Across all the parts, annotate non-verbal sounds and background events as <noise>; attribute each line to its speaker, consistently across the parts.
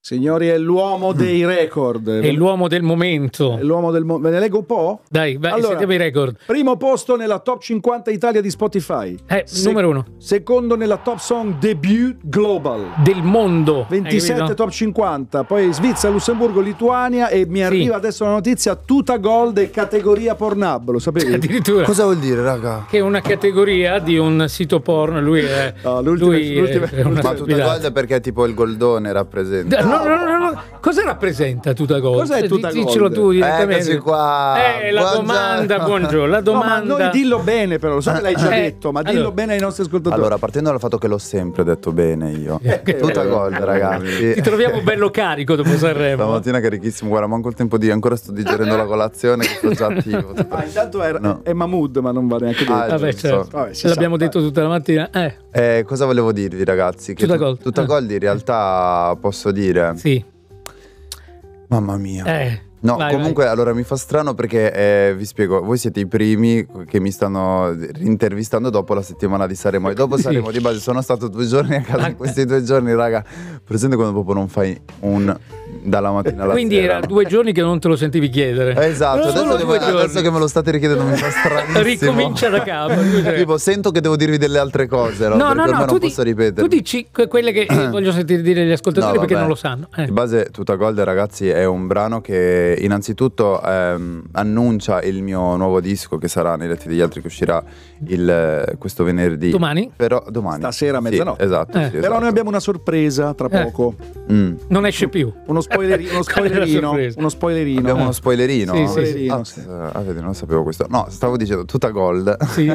Speaker 1: Signori, è l'uomo dei record.
Speaker 2: Mm. È l'uomo del momento.
Speaker 1: È l'uomo del momento. Ve ne leggo un po'?
Speaker 2: Dai, vai, sentiamo i record.
Speaker 1: Primo posto nella top 50 Italia di Spotify.
Speaker 2: Eh, numero uno.
Speaker 1: Secondo nella top song debut global.
Speaker 2: Del mondo.
Speaker 1: 27
Speaker 2: Hai capito?
Speaker 1: top 50, poi Svizzera, Lussemburgo, Lituania e mi arriva adesso la notizia tuta gold e categoria Pornhub, lo
Speaker 2: <laughs>
Speaker 1: sapevi?
Speaker 2: Addirittura.
Speaker 3: Cosa vuol dire, raga?
Speaker 2: Che è una categoria di un sito porno. Lui è.
Speaker 1: No, l'ultima-
Speaker 2: lui è
Speaker 1: l'ultima-
Speaker 2: una
Speaker 3: Ma tutta
Speaker 2: stupidata.
Speaker 3: gold perché tipo il goldone rappresenta.
Speaker 2: Da- No, no, no, no, no. Cosa rappresenta Tuta Gold?
Speaker 1: Cos'è
Speaker 2: Di-
Speaker 1: Tuta Gold?
Speaker 2: Diccelo tu direttamente.
Speaker 3: Eccoci qua.
Speaker 2: Eh, la
Speaker 3: Buongiorno. <laughs>
Speaker 2: domanda, buongiorno. La
Speaker 1: No, ma
Speaker 2: domanda.
Speaker 1: noi dillo bene però, lo so che l'hai già
Speaker 2: Eh,
Speaker 1: detto, ma dillo
Speaker 2: allora.
Speaker 1: bene ai nostri ascoltatori.
Speaker 3: Allora, partendo dal fatto che l'ho sempre detto bene io. Tutta gold, ragazzi.
Speaker 2: Ti troviamo bello carico dopo Sanremo.
Speaker 3: Stamattina carichissimo, guarda, manco il tempo di. Ancora sto digerendo la colazione, che sto già attivo.
Speaker 1: Ah, intanto è,
Speaker 3: No.
Speaker 1: è Mahmood, ma non va neanche detto.
Speaker 3: Ah,
Speaker 2: Vabbè,
Speaker 3: giusto.
Speaker 2: certo.
Speaker 1: Vabbè, si
Speaker 2: L'abbiamo
Speaker 1: sa,
Speaker 2: detto tutta la mattina. Eh,
Speaker 3: Eh, cosa volevo dirvi, ragazzi? Che
Speaker 2: Tutta
Speaker 3: tu-
Speaker 2: gold.
Speaker 3: Tutta
Speaker 2: Ah.
Speaker 3: gold in realtà posso dire.
Speaker 2: sì.
Speaker 3: Mamma mia.
Speaker 2: Eh.
Speaker 3: No,
Speaker 2: Vai,
Speaker 3: comunque allora mi fa strano perché eh, vi spiego, voi siete i primi che mi stanno intervistando dopo la settimana di Saremo e dopo
Speaker 2: Sì.
Speaker 3: Saremo di base sono stato due giorni a casa, in questi due giorni raga, presente quando proprio non fai un dalla mattina alla
Speaker 2: vai. Quindi
Speaker 3: sera.
Speaker 2: era due giorni che non te lo sentivi chiedere.
Speaker 3: Eh,
Speaker 2: Solo
Speaker 3: Esatto, adesso, devo-
Speaker 2: due giorni.
Speaker 3: adesso che me lo state richiedendo mi fa stranissimo.
Speaker 2: Ricomincia da
Speaker 3: <laughs>
Speaker 2: capo. Cioè-
Speaker 3: tipo, sento che devo dirvi delle altre cose, no? perché ormai non
Speaker 2: di-
Speaker 3: posso ripetere.
Speaker 2: tu dici que- quelle
Speaker 3: <clears throat>
Speaker 2: che eh, voglio sentire dire gli ascoltatori
Speaker 3: No,
Speaker 2: perché
Speaker 3: vabbè.
Speaker 2: non lo sanno. Eh.
Speaker 3: Di base, Tutta Gold, ragazzi, è un brano che innanzitutto ehm, annuncia il mio nuovo disco che sarà nei letti degli altri, che uscirà il, eh, questo venerdì.
Speaker 2: Domani?
Speaker 3: Però domani.
Speaker 1: Stasera a
Speaker 3: Sì,
Speaker 1: mezzanotte.
Speaker 3: esatto.
Speaker 2: Eh.
Speaker 3: sì,
Speaker 1: Però noi
Speaker 3: esatto.
Speaker 1: abbiamo una sorpresa tra
Speaker 2: Eh.
Speaker 1: poco.
Speaker 3: Mm.
Speaker 2: Non esce più.
Speaker 1: Uno,
Speaker 2: <laughs>
Speaker 1: spoileri- uno
Speaker 2: Qual è la
Speaker 1: spoilerino.
Speaker 2: sorpresa?
Speaker 1: Uno spoilerino. Eh.
Speaker 3: Abbiamo uno <laughs> spoilerino.
Speaker 2: Sì, sì,
Speaker 1: sì.
Speaker 3: Ah, s- ah, vedi, non sapevo questo. No, stavo dicendo Tutta Gold.
Speaker 1: <laughs>
Speaker 2: Sì.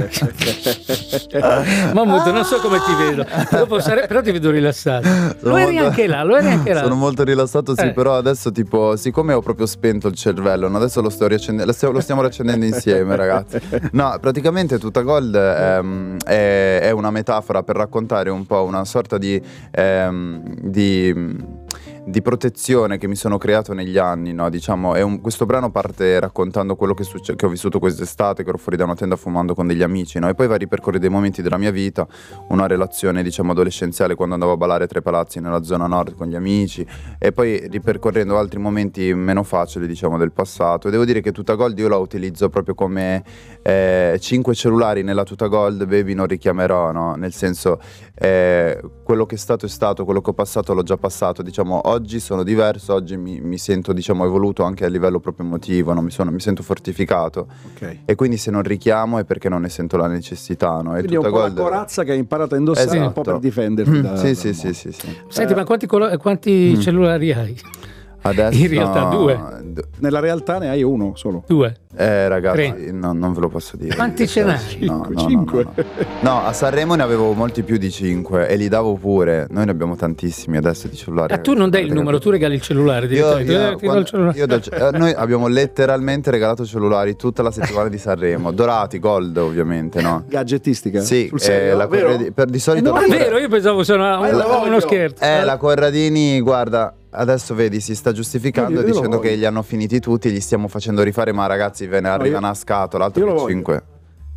Speaker 3: Ah,
Speaker 2: Mahmood, non so come ti vedo. Dopo sare- però ti vedo rilassato. Lo
Speaker 3: <laughs> Sono
Speaker 2: eri
Speaker 3: molto-
Speaker 2: anche là, lo eri anche là.
Speaker 3: <laughs> Sono molto rilassato, sì,
Speaker 2: Eh.
Speaker 3: però adesso tipo, siccome ho proprio spento il cervello, no, adesso lo, sto riaccende- lo stiamo- lo stiamo riaccendendo insieme,
Speaker 1: <laughs>
Speaker 3: ragazzi. No, praticamente tutta Gold ehm, è, è una metafora per raccontare un po' una sorta di... ehm, di di protezione che mi sono creato negli anni, no? diciamo, è un- questo brano parte raccontando quello che, succe- che ho vissuto quest'estate, che ero fuori da una tenda fumando con degli amici, no? e poi va a ripercorrere dei momenti della mia vita, una relazione diciamo adolescenziale quando andavo a ballare tra i palazzi nella zona nord con gli amici e poi ripercorrendo altri momenti meno facili diciamo del passato e devo dire che Tuta Gold io la utilizzo proprio come eh, 5 cellulari nella Tuta Gold baby non richiamerò no? nel senso eh, quello che è stato è stato quello che ho passato l'ho già passato diciamo oggi sono diverso oggi mi, mi sento diciamo evoluto anche a livello proprio emotivo no? mi, sono- mi sento fortificato
Speaker 1: Ok.
Speaker 3: e quindi se non richiamo è perché non ne sento la necessità no? e
Speaker 1: Quindi è un po'
Speaker 3: Tuta
Speaker 1: la
Speaker 3: Gold-
Speaker 1: corazza che hai imparato a indossare
Speaker 3: Esatto.
Speaker 1: un po' per difenderti. da-
Speaker 3: sì,
Speaker 1: da-
Speaker 3: sì, sì, sì, sì.
Speaker 2: Senti,
Speaker 1: Eh.
Speaker 2: ma quanti, colo- quanti
Speaker 3: Mm.
Speaker 2: cellulari hai?
Speaker 3: Adesso
Speaker 2: In realtà due.
Speaker 3: d-
Speaker 1: Nella realtà ne hai uno solo.
Speaker 2: Due.
Speaker 3: Eh,
Speaker 2: Tre.
Speaker 3: ragazzi, no, non ve lo posso dire.
Speaker 2: Quanti ce n'hai?
Speaker 3: No,
Speaker 1: Cinque,
Speaker 3: no, no,
Speaker 1: cinque.
Speaker 3: no, no. No, a Sanremo ne avevo molti più di 5 e li davo pure. Noi ne abbiamo tantissimi adesso di cellulari.
Speaker 2: Ah, tu non dai il numero, tu regali il cellulare
Speaker 3: Io,
Speaker 2: direttamente.
Speaker 3: io-
Speaker 2: Eh, ti do il
Speaker 3: quando-
Speaker 2: cellulare.
Speaker 3: io do il ce- eh, noi abbiamo letteralmente regalato cellulari tutta la settimana di Sanremo, dorati, gold ovviamente, no?
Speaker 1: Gadgettistica?
Speaker 3: Sì,
Speaker 1: Sul
Speaker 3: eh,
Speaker 1: serio?
Speaker 3: la
Speaker 1: Vero?
Speaker 3: corre di- per di solito
Speaker 1: Eh,
Speaker 3: la
Speaker 2: Ma è
Speaker 1: no,
Speaker 3: corre-
Speaker 2: vero, io pensavo fosse una-
Speaker 1: Ma la
Speaker 2: un- uno
Speaker 1: voglio.
Speaker 2: scherzo.
Speaker 3: Eh, la Corradini, guarda, adesso vedi, si sta
Speaker 1: Io-
Speaker 3: giustificando
Speaker 1: io lo
Speaker 3: dicendo
Speaker 1: voglio.
Speaker 3: che li hanno finiti tutti, li stiamo facendo rifare, ma ragazzi ve ne arriva
Speaker 1: io-
Speaker 3: una scatola,
Speaker 1: io lo
Speaker 3: altro
Speaker 1: voglio.
Speaker 3: che 5.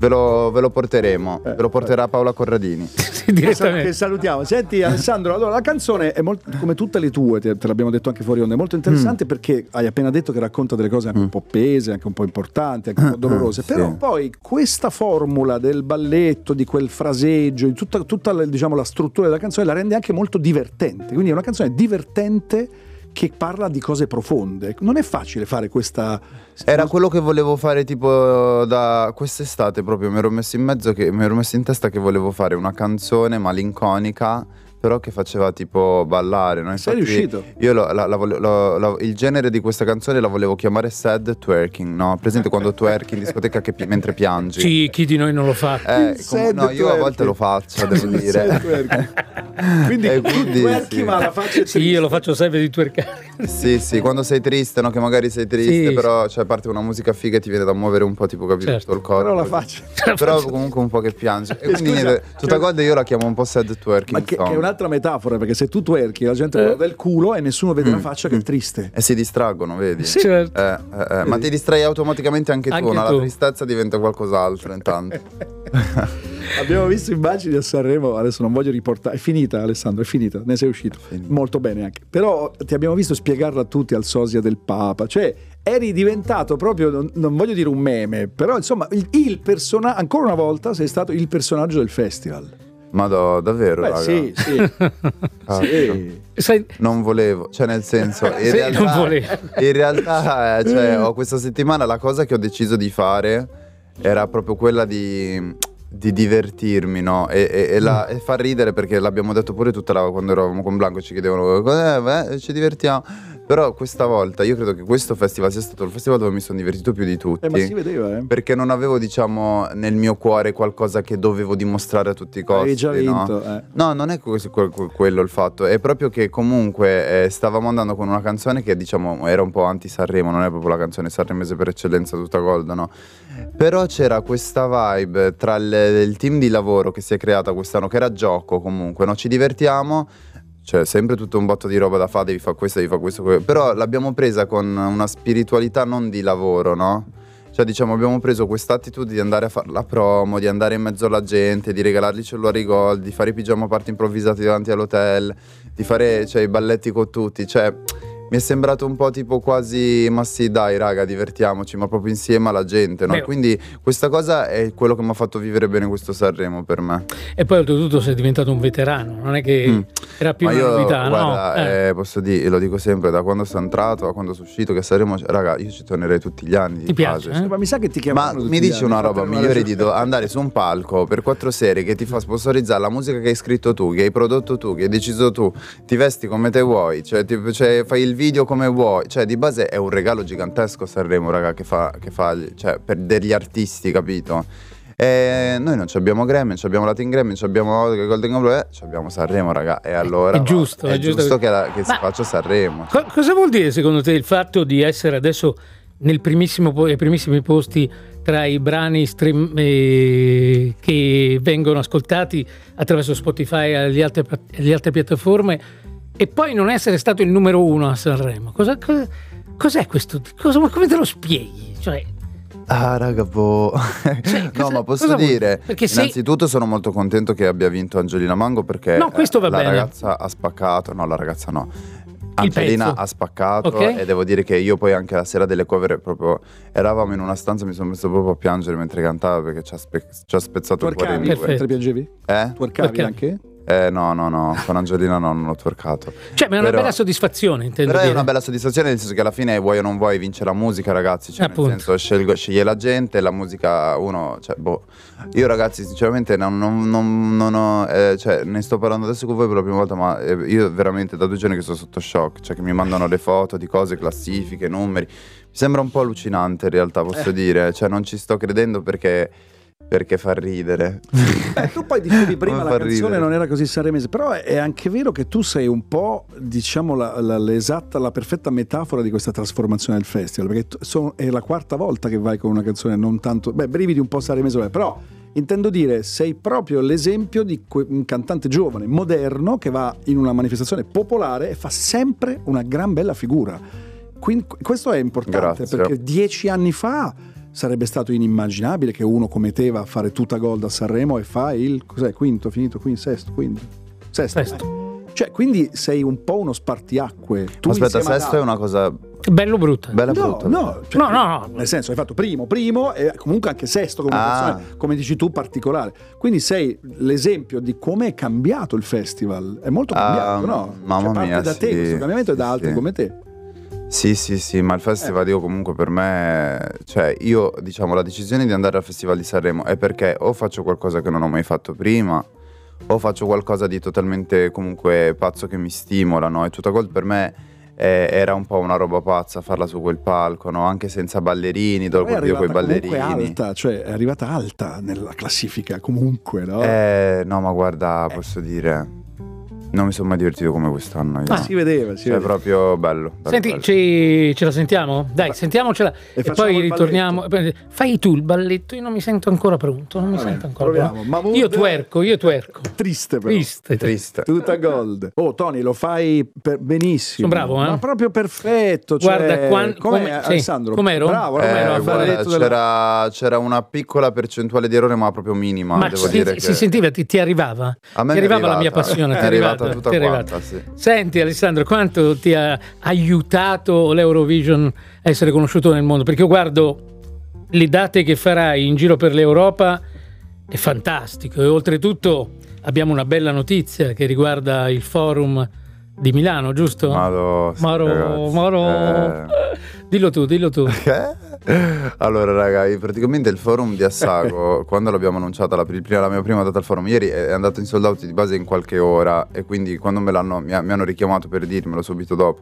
Speaker 3: Ve lo, ve lo porteremo,
Speaker 1: Eh,
Speaker 3: ve lo porterà Paola Corradini.
Speaker 2: Sì,
Speaker 1: Che sal- Che
Speaker 2: <laughs> direttamente.
Speaker 1: salutiamo. Senti Alessandro, allora la canzone è molto come tutte le tue, te, te l'abbiamo detto anche fuori onda, è molto
Speaker 3: Mm.
Speaker 1: interessante perché hai appena detto che racconta delle cose anche un po' pese, anche un po' importanti, anche un po' dolorose,
Speaker 3: Ah, sì.
Speaker 1: però poi questa formula del balletto, di quel fraseggio, di tutta, tutta la, diciamo, la struttura della canzone la rende anche molto divertente, quindi è una canzone divertente che parla di cose profonde. Non è facile fare questa...
Speaker 3: Era
Speaker 1: <laughs>
Speaker 3: quello che volevo fare tipo da quest'estate proprio, mi ero messo in mezzo, che, mi ero messo in testa che volevo fare una canzone malinconica, però che faceva tipo ballare, no?
Speaker 1: Sei
Speaker 3: Infatti-
Speaker 1: riuscito?
Speaker 3: Io lo- la- la vole- lo- la- il genere di questa canzone la volevo chiamare sad twerking, no? Presente
Speaker 1: Eh,
Speaker 3: quando twerking in discoteca che pi- mentre piangi?
Speaker 2: Sì, chi di noi non lo fa?
Speaker 3: Eh,
Speaker 1: Il
Speaker 3: com-
Speaker 1: sad
Speaker 3: no, io a volte
Speaker 1: twerking.
Speaker 3: lo faccio, devo
Speaker 1: Il
Speaker 3: dire.
Speaker 1: sad
Speaker 3: <laughs>
Speaker 1: twerking. Quindi,
Speaker 3: Eh,
Speaker 1: tu
Speaker 3: quindi,
Speaker 1: twerki,
Speaker 3: sì.
Speaker 1: ma la faccia è
Speaker 2: Sì, io lo faccio sempre di twerkare.
Speaker 3: Sì, sì, quando sei triste, no? Che magari sei triste,
Speaker 2: Sì.
Speaker 3: però cioè, parte una musica figa e ti viene da muovere un po', tipo capito
Speaker 2: Certo.
Speaker 3: tutto il corpo.
Speaker 1: Però la faccia.
Speaker 2: <laughs>
Speaker 3: Però comunque un po' che piange. E quindi
Speaker 1: Cioè, scusa,
Speaker 3: niente, tutta
Speaker 1: cioè-
Speaker 3: God io la chiamo un po' sad twerking.
Speaker 1: Ma che, che
Speaker 3: song.
Speaker 1: è un'altra metafora, perché se tu twerchi la gente
Speaker 3: Eh.
Speaker 1: guarda il culo e nessuno vede la
Speaker 3: Mm.
Speaker 1: faccia che è triste.
Speaker 3: E si distraggono, vedi?
Speaker 2: Sì. Certo.
Speaker 3: Eh, eh, eh, ma ti distrai automaticamente anche,
Speaker 2: Anche
Speaker 3: tu, no?
Speaker 2: tu.
Speaker 3: La tristezza diventa qualcos'altro intanto.
Speaker 1: <laughs> Abbiamo visto immagini a Sanremo, adesso non voglio riportare, è finita Alessandro, è finita, ne sei uscito.
Speaker 3: Finita.
Speaker 1: Molto bene anche. Però ti abbiamo visto spiegarla a tutti al sosia del Papa, cioè eri diventato proprio, non, non voglio dire un meme, però insomma il, il personaggio, ancora una volta sei stato il personaggio del festival.
Speaker 3: Ma do- davvero,
Speaker 1: Beh,
Speaker 3: raga. Ah,
Speaker 1: sì,
Speaker 3: Eh, <laughs>
Speaker 1: sì,
Speaker 3: Cazzo.
Speaker 1: sì.
Speaker 2: Sai,
Speaker 3: Non volevo, cioè nel
Speaker 1: <laughs>
Speaker 3: senso, in
Speaker 2: Sì,
Speaker 3: realtà,
Speaker 2: non volevo.
Speaker 3: in realtà, eh, cioè, ho questa settimana la cosa che ho deciso di fare era proprio quella di, di divertirmi, no? E, e- e la- e far ridere perché l'abbiamo detto pure tutta la, quando eravamo con Blanco, ci chiedevano, "Cos'è? Beh, ci divertiamo. Però questa volta io credo che questo festival sia stato il festival dove mi sono divertito più di tutti
Speaker 1: Eh, ma si vedeva, eh.
Speaker 3: perché non avevo, diciamo, nel mio cuore qualcosa che dovevo dimostrare a tutti i costi.
Speaker 1: Avevi già
Speaker 3: no?
Speaker 1: vinto. eh.
Speaker 3: No, non è que- que- que- quello il fatto, è proprio che comunque eh, stavamo andando con una canzone che diciamo era un po' anti-Sanremo, non è proprio la canzone sanremese per eccellenza tutta gold, no? Però c'era questa vibe tra il, il team di lavoro che si è creata quest'anno, che era gioco comunque, no? Ci divertiamo. Cioè, sempre tutto un botto di roba da fare, devi fare questo, devi fare questo, quello. Però l'abbiamo presa con una spiritualità non di lavoro, no? Cioè, diciamo, abbiamo preso quest'attitudine di andare a fare la promo, di andare in mezzo alla gente, di regalargli cellulari gold, di fare i pigiama party improvvisati davanti all'hotel, di fare cioè, i balletti con tutti. Cioè, mi è sembrato un po' tipo quasi, ma sì, dai, raga, divertiamoci, ma proprio insieme alla gente, no?
Speaker 2: Beh.
Speaker 3: Quindi questa cosa è quello che mi ha fatto vivere bene questo Sanremo per me.
Speaker 2: e poi oltretutto sei diventato un veterano, non è che
Speaker 3: Mm.
Speaker 2: era più
Speaker 3: ma
Speaker 2: una
Speaker 3: io,
Speaker 2: novità,
Speaker 3: guarda,
Speaker 2: no? Eh.
Speaker 3: eh, posso dire, lo dico sempre, da quando sono entrato, a quando sono uscito, che saremo, raga, io ci tornerei tutti gli anni.
Speaker 2: Ti
Speaker 3: di
Speaker 2: piace,
Speaker 3: base.
Speaker 2: eh?
Speaker 1: Ma mi sa che ti
Speaker 3: Ma
Speaker 1: chiamano.
Speaker 3: mi dici una roba migliore di do- andare su un palco per quattro serie che ti fa sponsorizzare la musica che hai scritto tu, che hai prodotto tu, che hai deciso tu, ti vesti come te vuoi, cioè, ti- cioè, fai il video come vuoi. Cioè, di base è un regalo gigantesco Sanremo, raga, che fa, che fa- cioè, per degli artisti, capito? E noi non ci abbiamo Grammy, non ci abbiamo Latin Grammy, non ci abbiamo Golden Globe, eh, ci abbiamo Sanremo, raga. E allora
Speaker 2: È giusto,
Speaker 3: è
Speaker 2: è giusto.
Speaker 3: giusto che, la- che si
Speaker 2: Ma-
Speaker 3: faccia Sanremo.
Speaker 2: Co- cosa vuol dire secondo te il fatto di essere adesso nel primissimo po- ai primissimi posti tra i brani stream- eh, che vengono ascoltati attraverso Spotify e le altre, pla- e le altre piattaforme e poi non essere stato il numero uno a Sanremo? Cosa- cosa- cos'è questo? Cosa- ma come te lo spieghi? Cioè,
Speaker 3: Ah, raga, boh.
Speaker 2: Cioè,
Speaker 3: <laughs> no,
Speaker 2: cosa-
Speaker 3: ma posso
Speaker 2: cosa vuol-
Speaker 3: dire.
Speaker 2: perché se-
Speaker 3: Innanzitutto sono molto contento che abbia vinto Angelina Mango perché
Speaker 2: No, questo va
Speaker 3: la
Speaker 2: bene.
Speaker 3: ragazza ha spaccato. No, la ragazza no. Angelina
Speaker 2: pezzo.
Speaker 3: ha spaccato
Speaker 2: Ok.
Speaker 3: e devo dire che io poi anche la sera delle cover proprio eravamo in una stanza e mi sono messo proprio a piangere mentre cantava perché ci ha, spe- ci ha spezzato il cuore in
Speaker 1: Twerkavi
Speaker 2: Perfetto.
Speaker 3: due.
Speaker 1: mentre piangevi?
Speaker 3: Eh?
Speaker 1: Twerkavi
Speaker 2: Twerkavi.
Speaker 1: anche?
Speaker 3: Eh, no, no, no, con Angelina no, non ho twerkato.
Speaker 2: cioè, ma è una
Speaker 3: Però-
Speaker 2: bella soddisfazione, intendo
Speaker 3: Però è
Speaker 2: dire.
Speaker 3: una bella soddisfazione nel senso che alla fine vuoi o non vuoi vince la musica ragazzi, cioè nel
Speaker 2: Eh, Appunto.
Speaker 3: senso scelgo- sceglie la gente, la musica uno, cioè boh, io ragazzi sinceramente non, non- non- non ho, eh, cioè ne sto parlando adesso con voi per la prima volta ma eh, io veramente da due giorni che sono sotto shock, cioè che mi mandano le foto di cose, classifiche, numeri, mi sembra un po' allucinante in realtà posso
Speaker 1: Eh.
Speaker 3: dire, cioè non ci sto credendo perché, perché fa ridere.
Speaker 1: Beh, tu poi
Speaker 3: <laughs>
Speaker 1: dicevi prima
Speaker 3: Come
Speaker 1: la
Speaker 3: fa
Speaker 1: canzone
Speaker 3: ridere.
Speaker 1: non era così sanremese, però è è anche vero che tu sei un po', diciamo, la, la- l'esatta, la perfetta metafora di questa trasformazione del festival, perché tu- sono- è la quarta volta che vai con una canzone non tanto... Beh, brividi un po' sanremese, vabbè, però intendo dire, sei proprio l'esempio di que- un cantante giovane, moderno, che va in una manifestazione popolare e fa sempre una gran bella figura. Quindi qu- questo è importante,
Speaker 3: Grazie.
Speaker 1: perché dieci anni fa... Sarebbe stato inimmaginabile che uno come te va a fare tutta gold a Sanremo e fa il cos'è, quinto, finito, quinto, sesto, quinto. Sesto.
Speaker 2: Sesto.
Speaker 1: Cioè, quindi sei un po' uno spartiacque. Tu
Speaker 3: Aspetta,
Speaker 1: insieme ad
Speaker 3: sesto è una cosa
Speaker 2: Bello brutta.
Speaker 3: bella
Speaker 1: No,
Speaker 3: brutta.
Speaker 1: no, cioè,
Speaker 2: No, no, no.
Speaker 1: Nel senso, hai fatto primo, primo e comunque anche sesto come
Speaker 3: Ah.
Speaker 1: persona, come dici tu, particolare. Quindi sei l'esempio di come è cambiato il festival. È molto
Speaker 3: Ah,
Speaker 1: cambiato, no?
Speaker 3: mamma
Speaker 1: Cioè, parte
Speaker 3: mia,
Speaker 1: da te
Speaker 3: sì,
Speaker 1: questo cambiamento e da
Speaker 3: sì,
Speaker 1: altri
Speaker 3: sì.
Speaker 1: come te.
Speaker 3: Sì, sì, sì, ma il festival
Speaker 1: Eh.
Speaker 3: io comunque per me, cioè io diciamo la decisione di andare al Festival di Sanremo è perché o faccio qualcosa che non ho mai fatto prima o faccio qualcosa di totalmente comunque pazzo che mi stimola, no? E tutta Gold per me eh, era un po' una roba pazza farla su quel palco, no? Anche senza ballerini, dopo
Speaker 1: Poi è
Speaker 3: io
Speaker 1: arrivata
Speaker 3: quei
Speaker 1: comunque
Speaker 3: ballerini.
Speaker 1: alta, cioè è arrivata alta nella classifica comunque, no? Eh.
Speaker 3: Eh, no, ma guarda, posso dire Non mi sono mai divertito come quest'anno. Io.
Speaker 2: Ah.
Speaker 1: Si vedeva, si
Speaker 3: Cioè, è
Speaker 1: vedeva.
Speaker 3: proprio bello. bello,
Speaker 2: Senti,
Speaker 3: bello.
Speaker 2: ci- ce la sentiamo? Dai, sentiamocela e,
Speaker 1: facciamo
Speaker 2: poi
Speaker 1: il
Speaker 2: ritorniamo. Fai tu il balletto, io non mi sento ancora pronto, non mi
Speaker 1: Va bene,
Speaker 2: sento ancora
Speaker 1: proviamo.
Speaker 2: pronto.
Speaker 1: Mahmood-
Speaker 2: Io twerco, io twerco.
Speaker 1: Triste però.
Speaker 2: Triste.
Speaker 3: triste.
Speaker 1: Tutta gold. Oh, Tony, lo fai per- benissimo.
Speaker 2: Sono bravo, eh?
Speaker 1: Ma proprio perfetto. Cioè,
Speaker 2: Guarda, quan-
Speaker 1: com'è,
Speaker 2: come- sì,
Speaker 1: Alessandro?
Speaker 2: com'ero?
Speaker 1: Bravo,
Speaker 3: Eh,
Speaker 1: com'ero?
Speaker 2: Com'era il
Speaker 3: guarda,
Speaker 1: Balletto della-
Speaker 3: c'era, c'era una piccola percentuale di errore, ma proprio minima.
Speaker 2: Ma
Speaker 3: devo
Speaker 2: si,
Speaker 3: dire
Speaker 2: si
Speaker 3: che
Speaker 2: sentiva, ti, ti arrivava?
Speaker 3: a me
Speaker 2: ti
Speaker 3: mi è
Speaker 2: arrivava la mia
Speaker 3: arrivata,
Speaker 2: passione,
Speaker 3: È
Speaker 2: ti è
Speaker 3: arrivata
Speaker 2: arrivata,
Speaker 3: tutta
Speaker 2: ti è
Speaker 3: quanta,
Speaker 2: arrivata.
Speaker 3: sì.
Speaker 2: Senti Alessandro, quanto ti ha aiutato l'Eurovision a essere conosciuto nel mondo? Perché io guardo le date che farai in giro per l'Europa, è fantastico e oltretutto abbiamo una bella notizia che riguarda il forum di Milano, giusto?
Speaker 3: Mado, sì,
Speaker 2: Moro,
Speaker 3: ragazzi,
Speaker 2: Moro.
Speaker 3: eh.
Speaker 2: Dillo tu, dillo tu.
Speaker 3: <laughs> Perché? Eh? Allora, ragazzi, praticamente il forum di
Speaker 2: <laughs>
Speaker 3: Assago, quando l'abbiamo annunciata la, pri- prima- la mia prima data al forum, ieri è andato in sold out di base in qualche ora. E quindi quando me l'hanno, mi, ha- mi hanno richiamato per dirmelo subito dopo.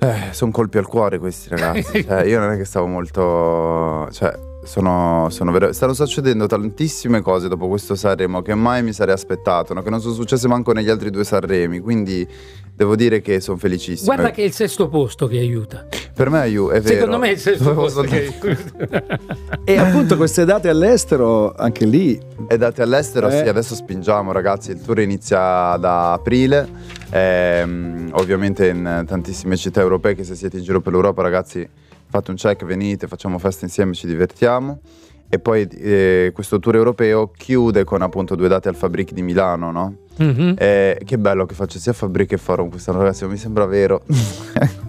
Speaker 3: Eh, sono colpi al cuore questi
Speaker 2: <laughs>
Speaker 3: ragazzi. Cioè, io non è che stavo molto. Cioè, sono, sono vero- Stanno succedendo tantissime cose dopo questo Sanremo che mai mi sarei aspettato. no? Che non sono successe manco negli altri due Sanremi. Quindi devo dire che sono felicissimo.
Speaker 2: Guarda che è il sesto posto che aiuta.
Speaker 3: Per me aiuta, è Eh. vero.
Speaker 2: Secondo me è il sesto
Speaker 3: Dovevo
Speaker 2: posto che
Speaker 3: soltanto-
Speaker 2: aiuta.
Speaker 1: E appunto queste date all'estero, anche lì,
Speaker 3: E date all'estero,
Speaker 1: Eh.
Speaker 3: sì, adesso spingiamo ragazzi, il tour inizia da aprile, ehm, ovviamente in tantissime città europee che se siete in giro per l'Europa ragazzi fate un check, venite, facciamo festa insieme, ci divertiamo. E poi eh, questo tour europeo chiude con appunto due date al Fabric di Milano, no?
Speaker 2: Mhm.
Speaker 3: Eh, che bello che faccio sia Fabric che Forum quest'anno, ragazzi, non mi sembra vero. <laughs>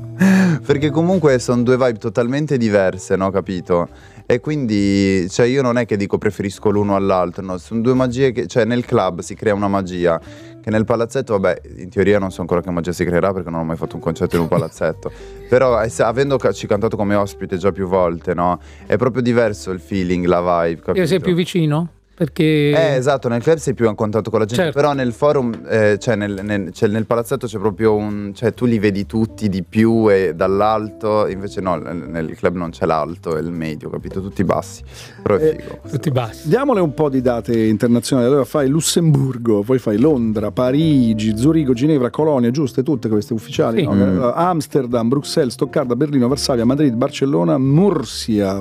Speaker 3: Perché comunque sono due vibe totalmente diverse, no? Capito? E quindi, cioè, io non è che dico preferisco l'uno all'altro, no? Sono due magie che, cioè, nel club si crea una magia. Che nel palazzetto, vabbè, in teoria non so ancora che magia si creerà perché non ho mai fatto un concerto in un
Speaker 2: <laughs>
Speaker 3: palazzetto. Però, eh, se- avendo ca- ci cantato come ospite già più volte, no? È proprio diverso il feeling, la vibe, capito?
Speaker 2: Io sei più vicino? Perché...
Speaker 3: Eh, esatto, nel club sei più in contatto con la gente,
Speaker 2: Certo.
Speaker 3: però nel forum, eh, cioè nel, nel- cioè nel palazzetto c'è proprio un... cioè tu li vedi tutti di più e dall'alto, invece no, nel, nel club non c'è l'alto e il medio, capito? Tutti bassi, però è
Speaker 1: Eh,
Speaker 3: figo.
Speaker 2: Tutti bassi.
Speaker 1: diamole un po' di date internazionali. Allora fai Lussemburgo, poi fai Londra, Parigi, Zurigo, Ginevra, Colonia, giuste tutte queste ufficiali.
Speaker 2: Sì.
Speaker 1: no?
Speaker 3: Mm.
Speaker 1: Eh, Amsterdam, Bruxelles, Stoccarda, Berlino, Varsavia, Madrid, Barcellona, Mursia,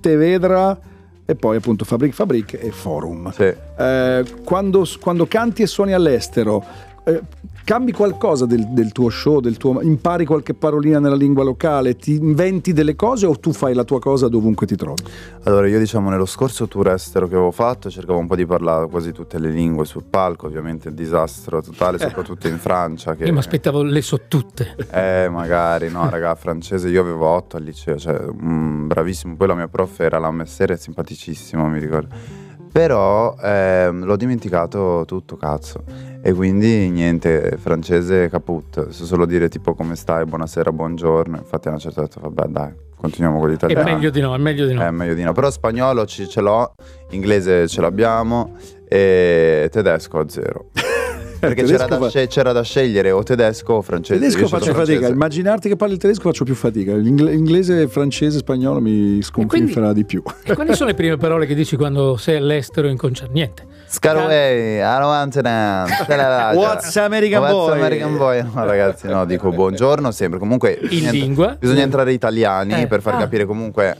Speaker 1: Pontevedra e poi appunto Fabric Fabric e Forum.
Speaker 3: Sì.
Speaker 1: Eh, quando, quando canti e suoni all'estero, eh, cambi qualcosa del, del tuo show, del tuo- impari qualche parolina nella lingua locale, ti inventi delle cose o tu fai la tua cosa dovunque ti trovi?
Speaker 3: Allora, io diciamo nello scorso tour estero che avevo fatto cercavo un po' di parlare quasi tutte le lingue sul palco, ovviamente il disastro totale, soprattutto in Francia. Che...
Speaker 2: Io mi aspettavo le so tutte.
Speaker 3: Eh, magari, no, raga, francese io avevo 8 al liceo, cioè, mm, bravissimo. Poi la mia prof era la messera, simpaticissima, mi ricordo. Però ehm, l'ho dimenticato tutto, cazzo. E quindi niente, francese caput. So solo dire tipo come stai, buonasera, buongiorno. Infatti a una certa ho detto, vabbè dai, continuiamo con
Speaker 2: È
Speaker 3: l'italiano.
Speaker 2: meglio di no, è meglio di no.
Speaker 3: Eh, meglio di no. Però spagnolo ci- ce l'ho, inglese ce l'abbiamo e tedesco a zero.
Speaker 2: Cioè,
Speaker 3: Perché c'era
Speaker 1: Tedesco
Speaker 3: da,
Speaker 1: fa-
Speaker 3: sce- c'era da scegliere o tedesco o francese.
Speaker 1: tedesco
Speaker 3: Cioè, Io ho scelto
Speaker 1: faccio fatica,
Speaker 3: francese.
Speaker 1: immaginarti che parli il tedesco faccio più fatica, L'ingle- l'inglese, francese, spagnolo mi sconfifferà di più.
Speaker 2: E quali sono le prime parole che dici quando sei all'estero in concerto? Niente.
Speaker 3: Scaraway, Aroantenan,
Speaker 1: <laughs> What's American
Speaker 3: What's
Speaker 1: boy?
Speaker 3: American boy? No, ragazzi, no, dico buongiorno sempre. Comunque,
Speaker 2: In
Speaker 3: bisogna-
Speaker 2: lingua.
Speaker 3: bisogna entrare italiani
Speaker 2: Eh,
Speaker 3: per far
Speaker 2: ah.
Speaker 3: capire comunque.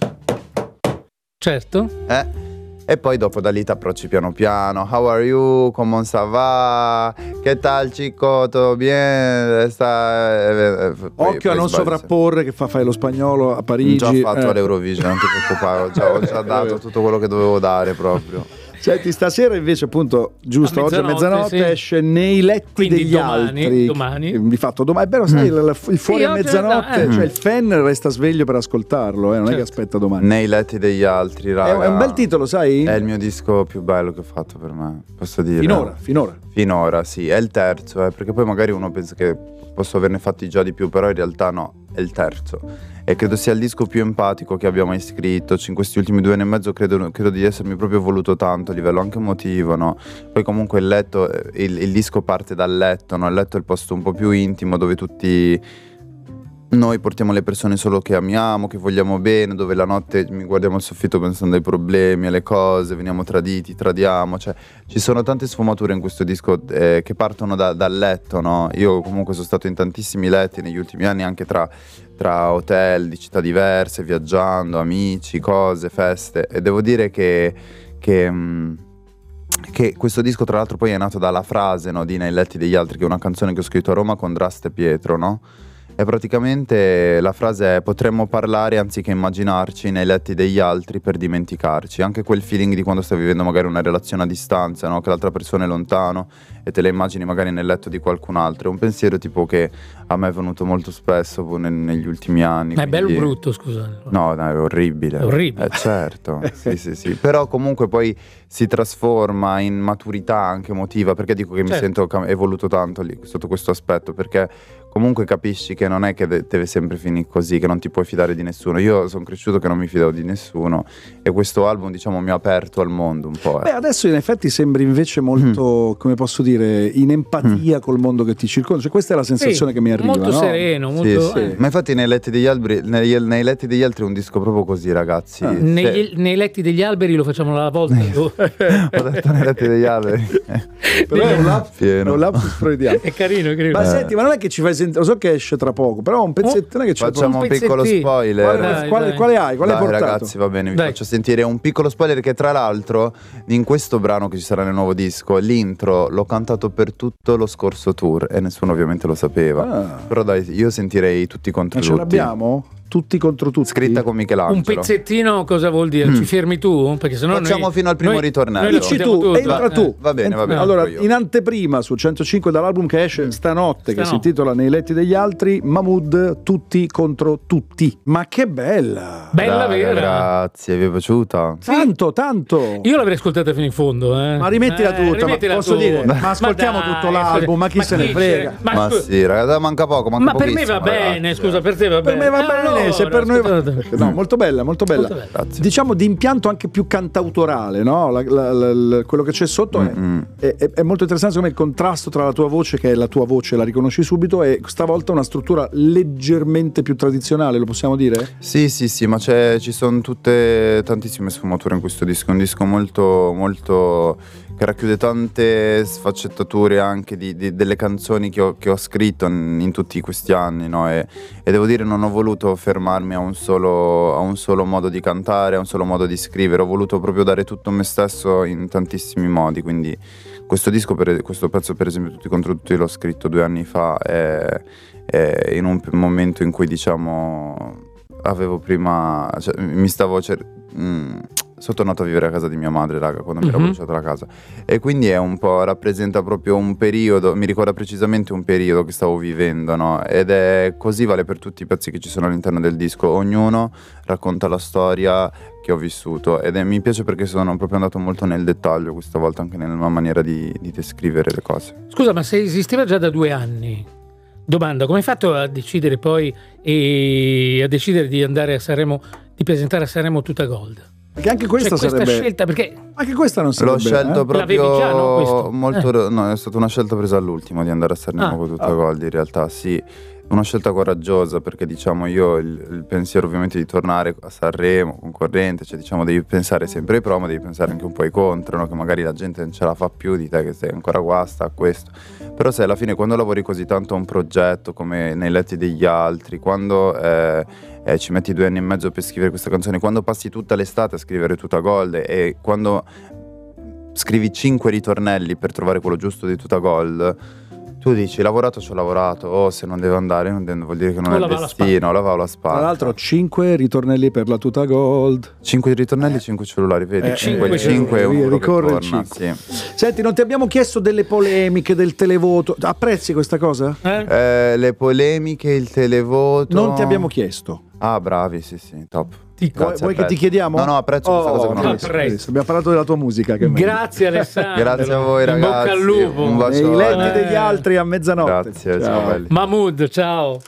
Speaker 2: Certo.
Speaker 3: eh. E poi dopo da lì ti approcci piano piano. How are you? Come ça va? Che tal chico? Todo bien? Sta... eh, eh, poi-
Speaker 1: Occhio a
Speaker 3: poi
Speaker 1: non
Speaker 3: sbagli
Speaker 1: sovrapporre che fa, fai lo spagnolo a Parigi.
Speaker 3: sempre. Già fatto
Speaker 1: eh.
Speaker 3: all'Eurovision, non ti preoccupare, ho già,
Speaker 1: <laughs>
Speaker 3: ho già dato tutto quello che dovevo dare proprio.
Speaker 1: Senti, stasera invece, appunto, giusto,
Speaker 2: A
Speaker 1: oggi a
Speaker 2: mezzanotte,
Speaker 1: mezzanotte
Speaker 2: sì.
Speaker 1: esce nei letti
Speaker 2: Quindi
Speaker 1: degli
Speaker 2: domani,
Speaker 1: altri.
Speaker 2: domani.
Speaker 1: Eh, Di fatto, domani. Però, sai,
Speaker 3: Mm.
Speaker 1: il, il fuori
Speaker 2: Sì,
Speaker 1: a
Speaker 2: oggi-
Speaker 1: mezzanotte,
Speaker 2: eh.
Speaker 1: cioè il fan resta sveglio per ascoltarlo, eh, non è che
Speaker 2: Certo.
Speaker 1: aspetta domani.
Speaker 3: Nei letti degli altri,
Speaker 1: è,
Speaker 3: raga.
Speaker 1: è un bel titolo, sai?
Speaker 3: È il mio disco più bello che ho fatto per me, posso dire.
Speaker 1: finora, finora.
Speaker 3: Finora, sì, è il terzo, eh, perché poi magari uno pensa che posso averne fatti già di più, però in realtà no, è il terzo. E credo sia il disco più empatico che abbia mai scritto. Cioè, in questi ultimi due anni e mezzo credo, credo di essermi proprio voluto tanto a livello anche emotivo, no? Poi comunque il letto, eh, il, il disco parte dal letto, no? Il letto è il posto un po' più intimo dove tutti noi portiamo le persone solo che amiamo, che vogliamo bene, dove la notte mi guardiamo al soffitto pensando ai problemi, alle cose, veniamo traditi, tradiamo, cioè ci sono tante sfumature in questo disco eh, che partono da- dal letto, no? Io comunque sono stato in tantissimi letti negli ultimi anni, anche tra, tra hotel di città diverse, viaggiando, amici, cose, feste, e devo dire che... che mh, che questo disco tra l'altro poi è nato dalla frase no, di Nei letti degli altri, che è una canzone che ho scritto a Roma con Draste Pietro, no? E praticamente la frase è potremmo parlare anziché immaginarci nei letti degli altri per dimenticarci. Anche quel feeling di quando stai vivendo magari una relazione a distanza, no? che l'altra persona è lontano e te la immagini magari nel letto di qualcun altro. È un pensiero tipo che a me è venuto molto spesso boh, ne- negli ultimi anni.
Speaker 2: Ma è bello o
Speaker 3: quindi-
Speaker 2: brutto, scusate.
Speaker 3: No, no, è orribile.
Speaker 2: È orribile.
Speaker 3: Eh,
Speaker 2: <laughs>
Speaker 3: certo, sì, sì, sì. Però comunque poi si trasforma in maturità anche emotiva, perché dico che mi
Speaker 2: Certo.
Speaker 3: sento cam- evoluto tanto lì, sotto questo aspetto, perché comunque capisci che non è che de- deve sempre finire così, che non ti puoi fidare di nessuno. Io sono cresciuto che non mi fidavo di nessuno e questo album, diciamo, mi ha aperto al mondo un po'. eh.
Speaker 1: Beh, adesso in effetti sembri invece molto,
Speaker 2: Mm.
Speaker 1: come posso dire, in empatia col mondo che ti circonda. Cioè, questa è la sensazione
Speaker 2: Sì,
Speaker 1: che mi arriva.
Speaker 2: Molto
Speaker 1: no?
Speaker 2: sereno,
Speaker 3: Sì,
Speaker 2: molto...
Speaker 3: sì.
Speaker 2: eh.
Speaker 3: Ma infatti nei letti degli alberi, nei, nei letti degli altri è un disco proprio così, ragazzi.
Speaker 1: Ah.
Speaker 3: Se-
Speaker 2: Negli- nei letti degli alberi lo facciamo alla volta. <laughs> Ho
Speaker 3: Cioè, Ho detto nei letti
Speaker 2: <laughs>
Speaker 3: degli alberi.
Speaker 1: Però è un lap- è
Speaker 3: Pieno.
Speaker 1: un lapsus freudiano.
Speaker 2: È carino, è carino.
Speaker 1: Ma
Speaker 3: Eh.
Speaker 1: senti, ma non è che ci fai sentire, lo so che esce tra poco, però un pezzetto non è che ci
Speaker 3: Facciamo
Speaker 2: un
Speaker 3: un piccolo
Speaker 2: pezzettino.
Speaker 3: spoiler.
Speaker 1: Quale,
Speaker 2: Oh. Dai,
Speaker 1: quale-
Speaker 2: dai.
Speaker 1: quale hai? Quale
Speaker 3: eh, Dai,
Speaker 1: hai portato?
Speaker 3: ragazzi, va bene, vi
Speaker 2: Dai.
Speaker 3: faccio sentire un piccolo spoiler che tra l'altro in questo brano che ci sarà nel nuovo disco, l'intro l'ho cantato per tutto lo scorso tour e nessuno ovviamente lo sapeva.
Speaker 1: Ah,
Speaker 3: Però dai, io sentirei tutti contro
Speaker 1: non ce
Speaker 3: tutti.
Speaker 1: l'abbiamo? Tutti contro tutti.
Speaker 3: Scritta con Michelangelo.
Speaker 2: Un pezzettino cosa vuol dire?
Speaker 1: Mm.
Speaker 2: Ci fermi tu? Perché sennò
Speaker 3: Facciamo
Speaker 2: noi-
Speaker 3: fino al primo
Speaker 2: noi-
Speaker 3: ritornello.
Speaker 2: noi lo
Speaker 1: Dici
Speaker 2: sentiamo
Speaker 1: tu,
Speaker 2: tutto,
Speaker 1: entra
Speaker 2: eh.
Speaker 1: tu.
Speaker 3: Va bene, va bene.
Speaker 1: Allora,
Speaker 3: io.
Speaker 1: in anteprima su 105 dall'album che esce stanotte, che si
Speaker 2: Mm. Stanotte.
Speaker 1: intitola Nei letti degli altri, Mahmood, tutti contro tutti. Ma che bella!
Speaker 2: Eh. Bella
Speaker 3: Dai,
Speaker 2: vera.
Speaker 3: Grazie, vi è piaciuta?
Speaker 1: Tanto, tanto!
Speaker 2: Io l'avrei ascoltata fino in fondo. eh.
Speaker 1: Ma rimettila
Speaker 2: Eh,
Speaker 1: tutta, ma
Speaker 2: rimettila
Speaker 1: posso
Speaker 2: tutta.
Speaker 1: dire, ma ascoltiamo
Speaker 2: dai,
Speaker 1: tutto l'album, ma chi se ne
Speaker 2: c'è?
Speaker 1: frega?
Speaker 2: Ma,
Speaker 3: Ma
Speaker 2: scu-
Speaker 3: sì, ragazzi, manca poco, manca
Speaker 2: ma per me va
Speaker 3: pochissimo,
Speaker 2: bene,
Speaker 3: ragazzi. eh.
Speaker 2: scusa, per te va
Speaker 1: per
Speaker 2: bene.
Speaker 1: me va bene,
Speaker 2: Allora,
Speaker 1: se per noi va
Speaker 2: ascoltate.
Speaker 1: No, molto bella, molto bella.
Speaker 2: Molto bella.
Speaker 3: Grazie.
Speaker 1: Diciamo di impianto anche più cantautorale, no? La- la- la- la- quello che c'è sotto è,
Speaker 3: Mm-mm.
Speaker 1: è- è- è molto interessante secondo me il contrasto tra la tua voce, che è la tua voce, la riconosci subito, e stavolta una struttura leggermente più tradizionale, lo possiamo dire?
Speaker 3: Sì, sì, sì, ma c'è- ci sono tutte tantissime sfumature in questo disco, un disco molto, molto che racchiude tante sfaccettature anche di- di- delle canzoni che ho, che ho scritto in, in tutti questi anni, no? E, e devo dire non ho voluto fermarmi a un, solo, a un solo modo di cantare, a un solo modo di scrivere, ho voluto proprio dare tutto me stesso in tantissimi modi, quindi questo disco, per- questo pezzo per esempio Tutti contro tutti l'ho scritto due anni fa, eh, eh, in un p- momento in cui diciamo avevo prima, cioè, mi stavo cer- mm, sono tornato a vivere a casa di mia madre, raga, quando mi era
Speaker 2: Mhm.
Speaker 3: bruciata la casa. E quindi è un po', rappresenta proprio un periodo, mi ricorda precisamente un periodo che stavo vivendo, no? Ed è così, vale per tutti i pezzi che ci sono all'interno del disco. Ognuno racconta la storia che ho vissuto ed è- mi piace perché sono proprio andato molto nel dettaglio questa volta anche nella maniera di, di descrivere le cose.
Speaker 2: Scusa, ma se esisteva già da due anni, domanda, come hai fatto a decidere poi e a decidere di andare a Sanremo, di presentare a Sanremo tutta Gold?
Speaker 1: Perché anche questa
Speaker 2: Cioè, questa
Speaker 1: sarebbe...
Speaker 2: scelta, perché
Speaker 1: Anche questa non sarebbe...
Speaker 3: L'ho scelto
Speaker 1: eh?
Speaker 3: proprio
Speaker 2: L'avevi già, no, questo? Eh.
Speaker 3: molto no, è stata una scelta presa all'ultimo di andare a Sanremo
Speaker 2: Ah.
Speaker 3: con tutta
Speaker 1: Ah.
Speaker 3: Gold in realtà, sì. Una scelta coraggiosa perché diciamo io il, il pensiero ovviamente di tornare a Sanremo, concorrente, cioè diciamo devi
Speaker 2: Mm.
Speaker 3: pensare sempre ai pro ma devi pensare anche un po' ai contro, no? che magari la gente non ce la fa più di te che sei ancora qua, sta a questo. Però sai, alla fine quando lavori così tanto a un progetto come nei letti degli altri, quando eh, eh, ci metti due anni e mezzo per scrivere questa canzone, quando passi tutta l'estate a scrivere tutta Gold e quando scrivi cinque ritornelli per trovare quello giusto di tutta Gold, tu dici lavorato ci ho lavorato, oh se non devo andare non devo, vuol dire che non
Speaker 2: O
Speaker 3: è il
Speaker 2: lavavo la
Speaker 3: destino, lavavo la spalla.
Speaker 1: Tra l'altro 5 ritornelli per la tuta gold.
Speaker 3: Cinque ritornelli, cinque cellulari, vedi?
Speaker 1: Eh,
Speaker 3: cinque,
Speaker 2: eh,
Speaker 3: cinque,
Speaker 1: eh,
Speaker 3: un muro che
Speaker 1: ricorre il
Speaker 3: torna,
Speaker 1: cinque.
Speaker 3: sì.
Speaker 1: Senti, non ti abbiamo chiesto delle polemiche, del televoto. Apprezzi questa cosa?
Speaker 2: eh?
Speaker 3: Eh, le polemiche, il televoto.
Speaker 1: Non ti abbiamo chiesto.
Speaker 3: Ah, bravi, sì, sì, top.
Speaker 2: Ti-
Speaker 1: Vuoi,
Speaker 3: Grazie,
Speaker 1: vuoi che ti
Speaker 3: apprezzo.
Speaker 1: chiediamo? Oh,
Speaker 3: No, no, apprezzo questa cosa che
Speaker 1: ok,
Speaker 3: non
Speaker 2: ho
Speaker 1: apprezzo,
Speaker 2: visto.
Speaker 1: apprezzo. Abbiamo parlato della tua musica. Che è meglio.
Speaker 2: Grazie Alessandro.
Speaker 3: <laughs> Grazie a voi,
Speaker 2: In Bocca
Speaker 3: ragazzi.
Speaker 2: al lupo.
Speaker 3: Un bacio.
Speaker 1: Nei letti
Speaker 2: Eh.
Speaker 1: degli altri a mezzanotte.
Speaker 3: Grazie, ciao, belli.
Speaker 2: Mahmood, ciao.